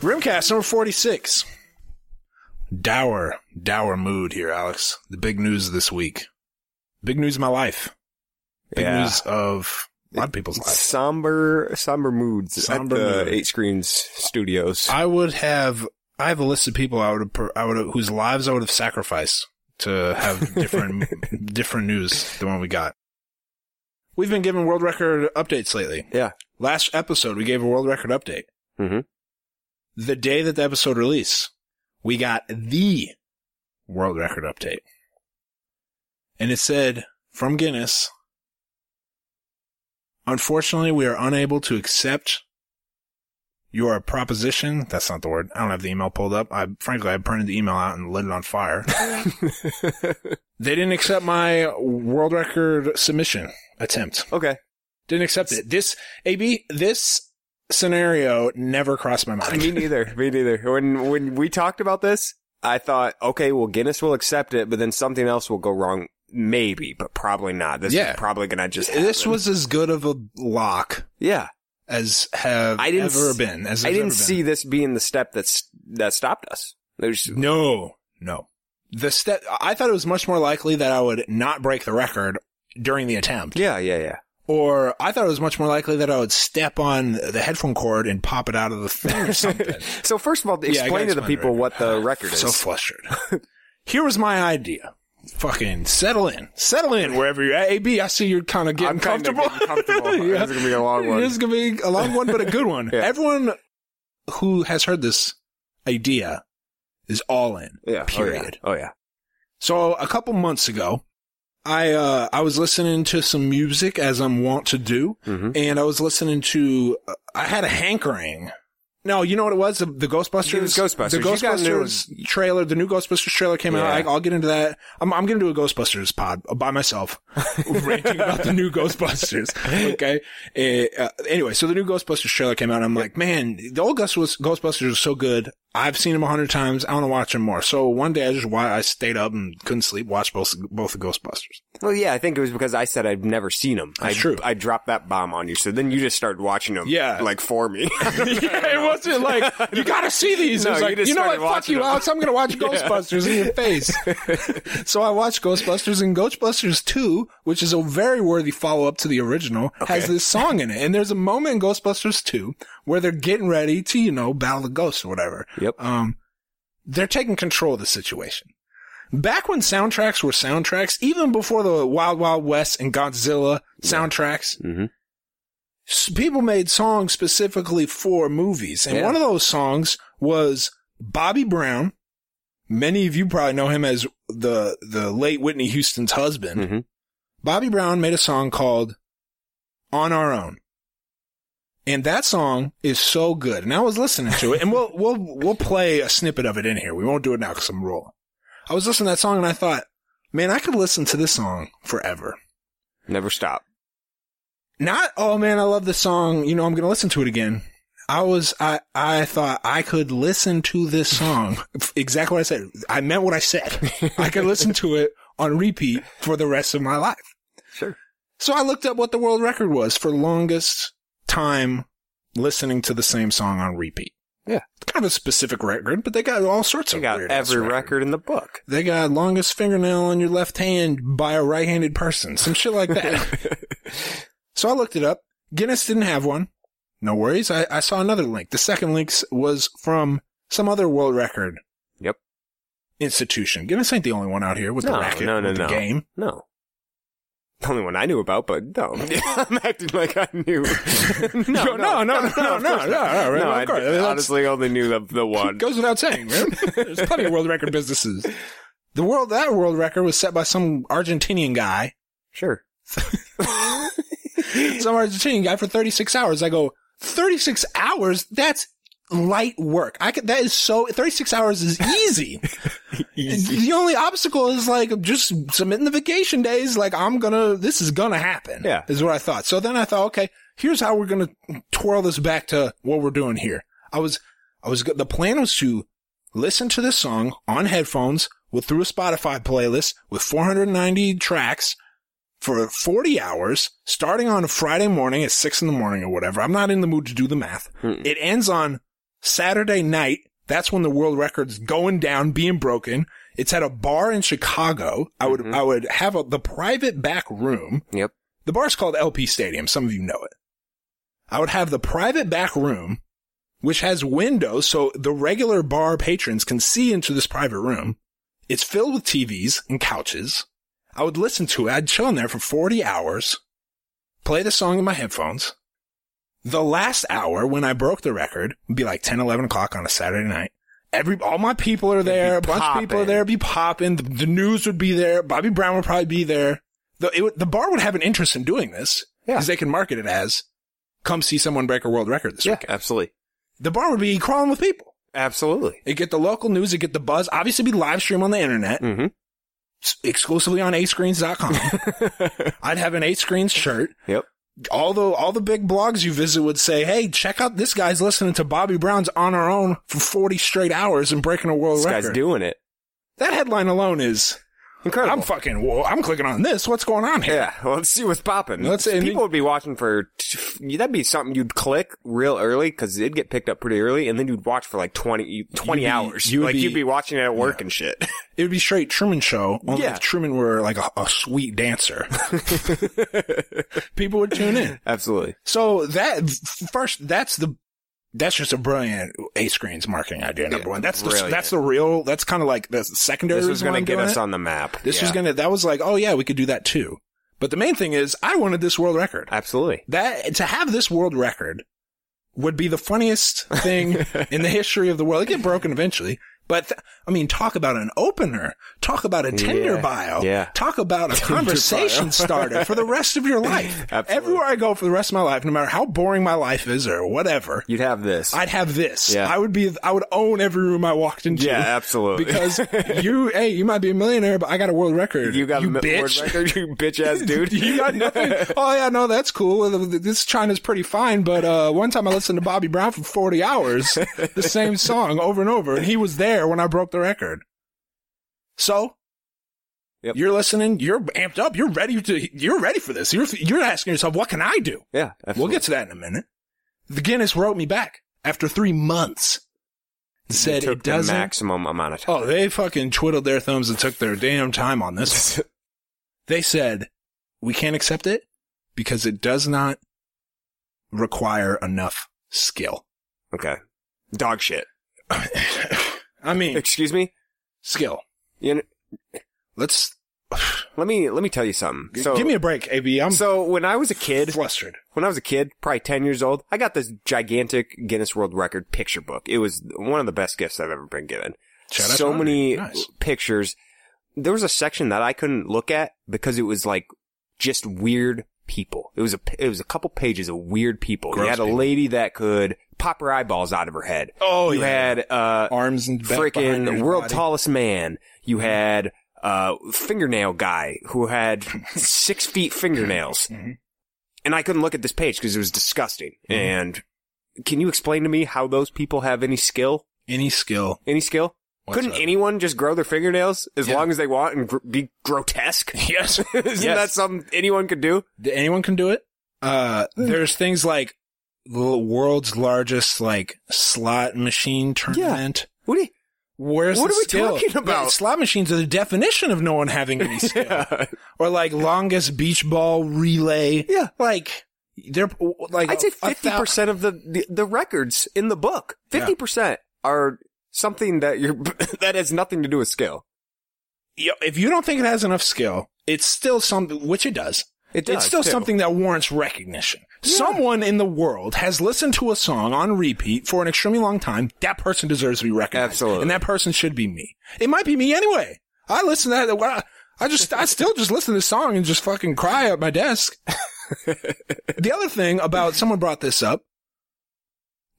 Rimcast number 46. Dour, dour mood here, Alex. The big news this week. Big news of my life. Big Yeah. news of a lot of people's lives. Somber, somber moods Somber at the mood. Eight Screens Studios. I would have. I have a list of people I would have. per- I would have, whose lives I would have sacrificed to have different different news than what we got. We've been giving world record updates lately. yeah. Last episode, we gave a world record update. Mhm. The day that the episode released, we got the world record update, and it said from Guinness. Unfortunately, we are unable to accept your proposition. That's not the word. I don't have the email pulled up. I frankly, I printed the email out and lit it on fire. Mm-hmm. they didn't accept my world record submission attempt. Okay. Didn't accept it. This AB this scenario never crossed my mind. Me neither. Me neither. When when we talked about this, I thought, okay, well Guinness will accept it, but then something else will go wrong. Maybe, but probably not. This Yeah. is probably gonna just. Happen. this was as good of a lock Yeah. as have I didn't ever s- been. As I there's didn't ever been. see this being the step that's that stopped us. There's No, no. The step. I thought it was much more likely that I would not break the record during the attempt. yeah, yeah, yeah. Or I thought it was much more likely that I would step on the headphone cord and pop it out of the thing or something. So first of all, Yeah, I explain gotta to the explain people the what the record is. so flustered. Here was my idea. Fucking settle in. Settle in wherever you're at. AB, I see you're kind of getting I'm kinda comfortable. getting comfortable. This is gonna be a long one. This is going to be a long one, but a good one. Yeah. Everyone who has heard this idea is all in. yeah. oh, Period. yeah. Oh yeah. So a couple months ago, I uh I was listening to some music as I'm wont to do, Mhm. and I was listening to uh, I had a hankering. No, you know what it was? The, the Ghostbusters. It was Ghostbusters. The You got new- Ghostbusters trailer. The new Ghostbusters trailer came out. Yeah. I, I'll get into that. I'm I'm gonna do a Ghostbusters pod by myself, ranting about the new Ghostbusters. Okay. Uh, uh, anyway, so the new Ghostbusters trailer came out. And I'm like, man, the old Ghost was, Ghostbusters was so good. I've seen them a hundred times. I want to watch them more. So one day I just wa- I stayed up and couldn't sleep. Watched both both the Ghostbusters. Well, yeah, I think it was because I said I'd never seen them. That's I, true. I dropped that bomb on you, so then you just started watching them. Yeah. like for me. yeah, it wasn't like you gotta see these. it No, was you like you, just know what, started fuck watching you, them. Alex. I'm gonna watch Ghostbusters in your face. so I watched Ghostbusters, and Ghostbusters Two, which is a very worthy follow up to the original, has this song in it. And there's a moment in Ghostbusters Two where they're getting ready to, you know, battle the ghosts or whatever. Yep. Um, they're taking control of the situation. Back when soundtracks were soundtracks, even before the Wild Wild West and Godzilla soundtracks, Mhm. s- people made songs specifically for movies. And Yeah. one of those songs was Bobby Brown. Many of you probably know him as the, the late Whitney Houston's husband. Mhm. Bobby Brown made a song called On Our Own. And that song is so good. And I was listening to it and we'll, we'll, we'll play a snippet of it in here. We won't do it now because I'm rolling. I was listening to that song and I thought, man, I could listen to this song forever. Never stop. Not, oh man, I love this song. You know, I'm going to listen to it again. I was, I, I thought I could listen to this song. exactly what I said. I meant what I said. I could listen to it on repeat for the rest of my life. Sure. So I looked up what the world record was for longest time listening to the same song on repeat. Yeah. Kind of a specific record, but they got all sorts They of got weird every record in the book. They got longest fingernail on your left hand by a right-handed person, some shit like that. so I looked it up. Guinness didn't have one. No worries. I, I saw another link. The second link s- was from some other world record. Yep. Institution. Guinness ain't the only one out here with the No, racket, no, no, with the no. game. No. The only one I knew about, but no. I'm acting like I knew. Yo, no, no, no, no, no, of course no, not. no, right, no of I course. d- That's- honestly only knew the, the one. goes without saying, man. There's plenty of world record businesses. The world that world record was set by some Argentinian guy, Sure. some Argentinian guy for 36 hours. I go 36 hours. That's light work. I could, that is so 36 hours is easy. The only obstacle is like just submitting the vacation days. Like I'm gonna, this is gonna happen. Yeah. is what I thought. So then I thought, okay, here's how we're gonna twirl this back to what we're doing here. I was, I was, go- the plan was to listen to this song on headphones with through a Spotify playlist with 490 tracks for 40 hours, starting on a Friday morning at six in the morning or whatever. I'm not in the mood to do the math. It ends on Saturday night. That's when the world record's going down, being broken. It's at a bar in Chicago. I would, I would have a, the private back room. Yep. The bar's called LP Stadium. Some of you know it. I would have the private back room, which has windows so the regular bar patrons can see into this private room. It's filled with TVs and couches. I would listen to it. I'd chill in there for 40 hours, play the song in my headphones. The last hour when I broke the record would be like 10, 11 o'clock on a Saturday night. Every, all my people are there. A bunch of people are poppin'. there. It'd be popping. The, the news would be there. Bobby Brown would probably be there. The, it would, the bar would have an interest in doing this Yeah. because they can market it as come see someone break a world record this Yeah. weekend. Absolutely. The bar would be crawling with people. Absolutely. It'd get the local news. It'd get the buzz. Obviously, it'd be live stream on the internet Mm-hmm. s- exclusively on ascreens.com. I'd have an eight screens shirt. Yep. All the, all the big blogs you visit would say, Hey, check out this guy's listening to Bobby Brown's on our own for 40 straight hours and breaking a world This record. guy's doing it. that headline alone is, Incredible. I'm fucking, whoa, I'm clicking on this. What's going on here? Yeah, well, let's see what's popping. Let's- and you- people would be watching for t- that'd be something you'd click real early because it'd get picked up pretty early, and then you'd watch for like 20, 20 You'd be- hours. you would like be- you'd be watching it at work and shit. It would be straight Truman Show, only Yeah. if Truman were like a, a sweet dancer. People would tune in. Absolutely. So that first, that's the that's just a brilliant A screens marketing idea number Yeah, one. That's the brilliant. that's the real. That's kind of like the secondary. This was going to get us on the map. This was Yeah. going to that was like oh yeah we could do that too. But the main thing is I wanted this world record. absolutely. That to have this world record would be the funniest thing in the history of the world. It get broken eventually. But th- I mean, talk about an opener. Talk about a Tinder Yeah. bio. Yeah. Talk about a conversation bio. starter for the rest of your life. Absolutely. Everywhere I go for the rest of my life, no matter how boring my life is or whatever, You'd have this. I'd have this. Yeah. I would be. I would own every room I walked into. yeah, absolutely. Because you, hey, you might be a millionaire, but I got a world record. you got you a mi- word bitch. record, you bitch ass dude. You got nothing. oh yeah, no, that's cool. This China's pretty fine, but uh, one time I listened to Bobby Brown for 40 hours, the same song over and over, and he was there when I broke the record. So, Yep. you're listening. You're amped up. You're ready to. You're ready for this. You're you're asking yourself, what can I do? Yeah, absolutely. We'll get to that in a minute. The Guinness wrote me back after three months. and It Said took it doesn't. the maximum amount of time. Oh, they fucking twiddled their thumbs and took their damn time on this. one. they said, we can't accept it because it does not require enough skill. Okay. Dog shit. I mean, Excuse me. skill. You know, Let's let me let me tell you something. So give me a break, AB. I'm so when I was a kid, flustered. when I was a kid, probably 10 years old, I got this gigantic Guinness World Record picture book. It was one of the best gifts I've ever been given. Shout out so to many Audrey. Nice. pictures. There was a section that I couldn't look at because it was like just weird people. It was a it was a couple pages of weird people. Gross you had a people. lady that could pop her eyeballs out of her head. Oh, you yeah. had uh Arms and back behind freaking his world body. tallest man. You had uh fingernail guy who had six feet fingernails, Mhm. and I couldn't look at this page because it was disgusting. And can you explain to me how those people have any skill? Any skill. Any skill? Couldn't whatsoever. anyone just grow their fingernails as Yeah. long as they want and gr- be grotesque? Yes. Isn't Yes. that something anyone could do? that anyone can do it. Uh, Hmm. there's things like the world's largest like slot machine tournament. What do you? Where's What the are we skill? talking about? Like, slot machines are the definition of no one having any skill. Yeah. Or like longest beach ball relay. Yeah. Like they're like I'd say a- a fifty thou- percent of the, the the records in the book, fifty percent are something that you're that has nothing to do with skill. Yo, If you don't think it has enough skill, it's still something which it does. It does, it's still too. something that warrants recognition. Yeah. Someone in the world has listened to a song on repeat for an extremely long time. That person deserves to be recognized. Absolutely. And that person should be me. It might be me anyway. I listen to that. well, I just, I still just listen to this song and just fucking cry at my desk. the other thing about someone brought this up.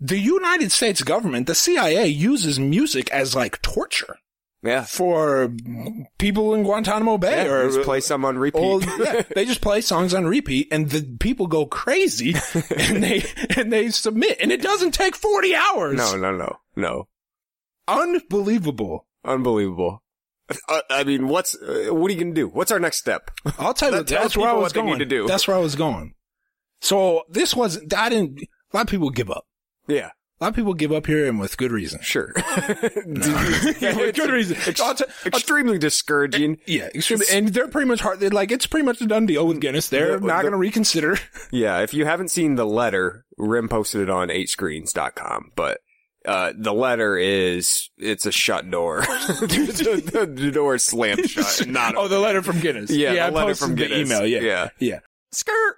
The United States government, the CIA uses music as like torture Yeah, for people in Guantanamo Bay yeah or just uh, play some on repeat. old yeah, they just play songs on repeat and the people go crazy and they and they submit and it doesn't take 40 hours no, no, no, no, unbelievable unbelievable. Uh, I mean, what's uh, what are you gonna do? What's our next step? i'll tell you That tells that's where i people was what they going need to do. that's where i was going so this was i didn't a lot of people give up Yeah, A lot of people give up here and with good reason. Sure. With good reason. I'll Ex- t- I'll t- extremely discouraging. yeah, extremely. And they're pretty much hard. they're Like it's pretty much a done deal with Guinness. They're The- not the- going to reconsider. Yeah, if you haven't seen the letter, Rim posted it on 8screens.com, but uh, the letter is, it's a shut door. the, the- the door is slammed shut. Not oh, the letter from Guinness. yeah, yeah I the letter posted from Guinness. The email. Yeah, yeah. yeah. Skirt!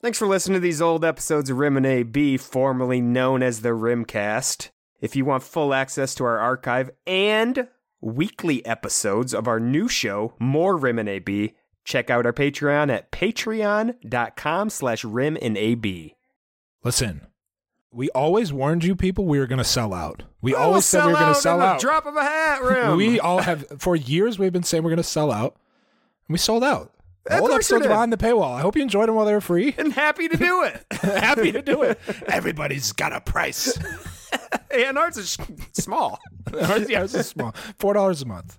Thanks for listening to these old episodes of Rim and AB, formerly known as the Rimcast. If you want full access to our archive and weekly episodes of our new show, More Rim and AB, check out our Patreon at patreon.com slash rim and AB. Listen, we always warned you people we were going to sell out. We always said we were going to sell out. Drop of a hat, Rim. We all have for years we've been saying we're going to sell out, and we sold out. The Of old course you episodes did. behind the paywall. I hope you enjoyed them while they were free. and happy to do it. Happy to do it. Everybody's got a price. and ours is small. Ours- yeah, ours is small. Four dollars a month.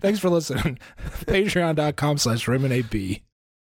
Thanks for listening. Patreon.com slash Raymond A B.